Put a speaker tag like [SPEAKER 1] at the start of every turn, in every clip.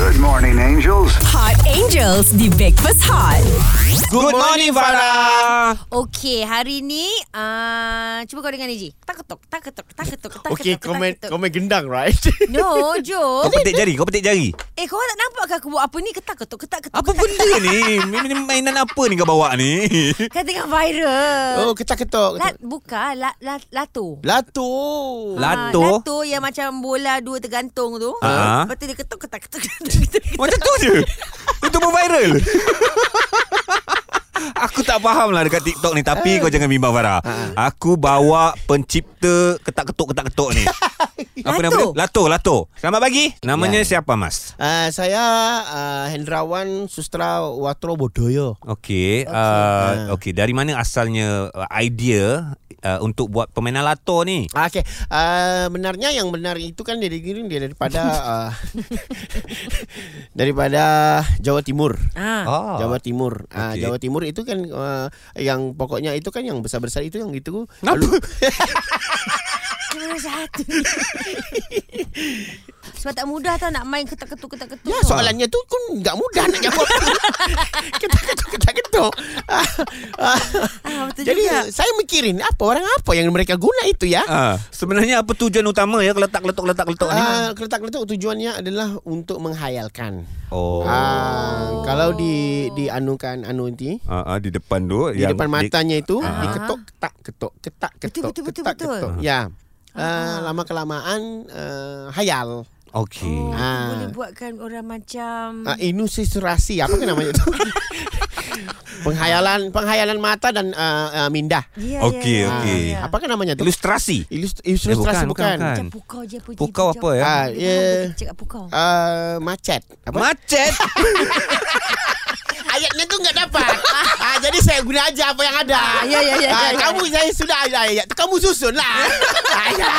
[SPEAKER 1] Good morning, angels.
[SPEAKER 2] Hot Angels di Breakfast Hot.
[SPEAKER 3] Good morning, Farah.
[SPEAKER 4] Okey, hari ni uh, cuba kau dengar ni Ji. Tak ketuk, tak ketuk, tak ketuk, tak ketuk.
[SPEAKER 5] Okay,
[SPEAKER 4] tak
[SPEAKER 5] komen
[SPEAKER 4] ketuk.
[SPEAKER 5] komen gendang, right?
[SPEAKER 4] No,
[SPEAKER 3] Kau
[SPEAKER 4] Jo.
[SPEAKER 3] petik jari, kau petik jari.
[SPEAKER 4] Eh, kau tak nampak ke aku buat apa ni? Ketak ketuk, ketak ketuk.
[SPEAKER 3] Apa
[SPEAKER 4] ketak,
[SPEAKER 3] benda ni? Ini mainan apa ni kau bawa ni?
[SPEAKER 4] ketuk. Kan tengah viral.
[SPEAKER 5] oh, ketak-ketak.
[SPEAKER 4] Lat, bukan, la, la, lato.
[SPEAKER 5] Lato.
[SPEAKER 4] Ah,
[SPEAKER 3] Lato.
[SPEAKER 4] lato yang macam bola dua tergantung tu.
[SPEAKER 3] Ah.
[SPEAKER 4] Lepas tu dia ketuk, ketak ketuk, ketuk, ketuk. ketuk.
[SPEAKER 3] Macam tu je. Itu pun viral. Aku tak faham lah dekat TikTok ni Tapi kau jangan bimbang Farah Aku bawa pencipta ketak-ketuk-ketak-ketuk ni Apa nama dia?
[SPEAKER 4] Lato.
[SPEAKER 3] Lato, Ya. Lato Selamat pagi Namanya siapa mas?
[SPEAKER 5] Uh, saya uh, Hendrawan Sustra Watro Bodoyo.
[SPEAKER 3] Okey, uh, okey. Dari mana asalnya uh, idea uh, untuk buat permainan lato ni?
[SPEAKER 5] Ah, Okey, uh, benarnya yang benar itu kan dia dikirim dia daripada uh, daripada Jawa Timur.
[SPEAKER 4] Ah.
[SPEAKER 3] Ah.
[SPEAKER 5] Jawa Timur. Ah
[SPEAKER 3] Okey.
[SPEAKER 5] Jawa Timur itu kan uh, yang pokoknya itu kan yang besar-besar itu yang itu.
[SPEAKER 3] Kenapa?
[SPEAKER 4] Cuma satu. Sebab tak mudah tau nak main ketak ketuk, ketak ketuk.
[SPEAKER 5] Ya
[SPEAKER 4] tau.
[SPEAKER 5] soalannya tu kan enggak mudah nak jawab. ketuk ketuk ketuk. Ah, ah.
[SPEAKER 4] Ah, betul
[SPEAKER 5] Jadi ya. eh,
[SPEAKER 4] juga.
[SPEAKER 5] saya mikirin apa orang apa yang mereka guna itu ya.
[SPEAKER 3] Ah, sebenarnya apa tujuan utama ya letak letak letak letak ni?
[SPEAKER 5] Ah, Keletak-keletak tujuannya adalah untuk menghayalkan.
[SPEAKER 3] Oh.
[SPEAKER 5] Ah, kalau di dianukan anu nanti
[SPEAKER 3] Ah, ah, di depan tu
[SPEAKER 5] di depan matanya itu
[SPEAKER 3] Ah.
[SPEAKER 5] diketuk ketak ketuk ketak ketuk
[SPEAKER 4] betul, betul,
[SPEAKER 5] ketak
[SPEAKER 4] betul.
[SPEAKER 5] ketuk. Ya. Ah, lama kelamaan ah, hayal.
[SPEAKER 3] Okey.
[SPEAKER 4] Oh,
[SPEAKER 5] Ah.
[SPEAKER 4] Boleh buatkan orang macam...
[SPEAKER 5] Uh, inusisurasi apa ke namanya itu? penghayalan penghayalan mata dan uh, uh, minda. Ah,
[SPEAKER 4] Ya,
[SPEAKER 3] Okey,
[SPEAKER 4] ya, ya,
[SPEAKER 3] okey.
[SPEAKER 4] ya.
[SPEAKER 5] Apa ke namanya itu?
[SPEAKER 3] Ilustrasi.
[SPEAKER 5] Ilust- ilustrasi
[SPEAKER 3] Eh, bukan, bukan,
[SPEAKER 5] bukan.
[SPEAKER 3] bukan.
[SPEAKER 4] Macam pukau je apa je,
[SPEAKER 3] Pukau
[SPEAKER 4] je.
[SPEAKER 3] apa ya?
[SPEAKER 5] Ah,
[SPEAKER 4] Dia
[SPEAKER 5] ya.
[SPEAKER 4] faham betul cakap pukau
[SPEAKER 5] Uh, macet. Apa?
[SPEAKER 3] Macet.
[SPEAKER 5] Ayatnya tu enggak dapat. ah, jadi saya guna aja apa yang ada.
[SPEAKER 4] Ah, ya, ya, ya,
[SPEAKER 5] Ah,
[SPEAKER 4] ya, ya.
[SPEAKER 5] kamu saya sudah ada ayat. tu Kamu susunlah. Ayat.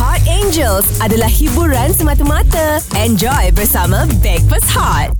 [SPEAKER 2] Hot Angels adalah hiburan semata-mata. Enjoy bersama Breakfast Hot.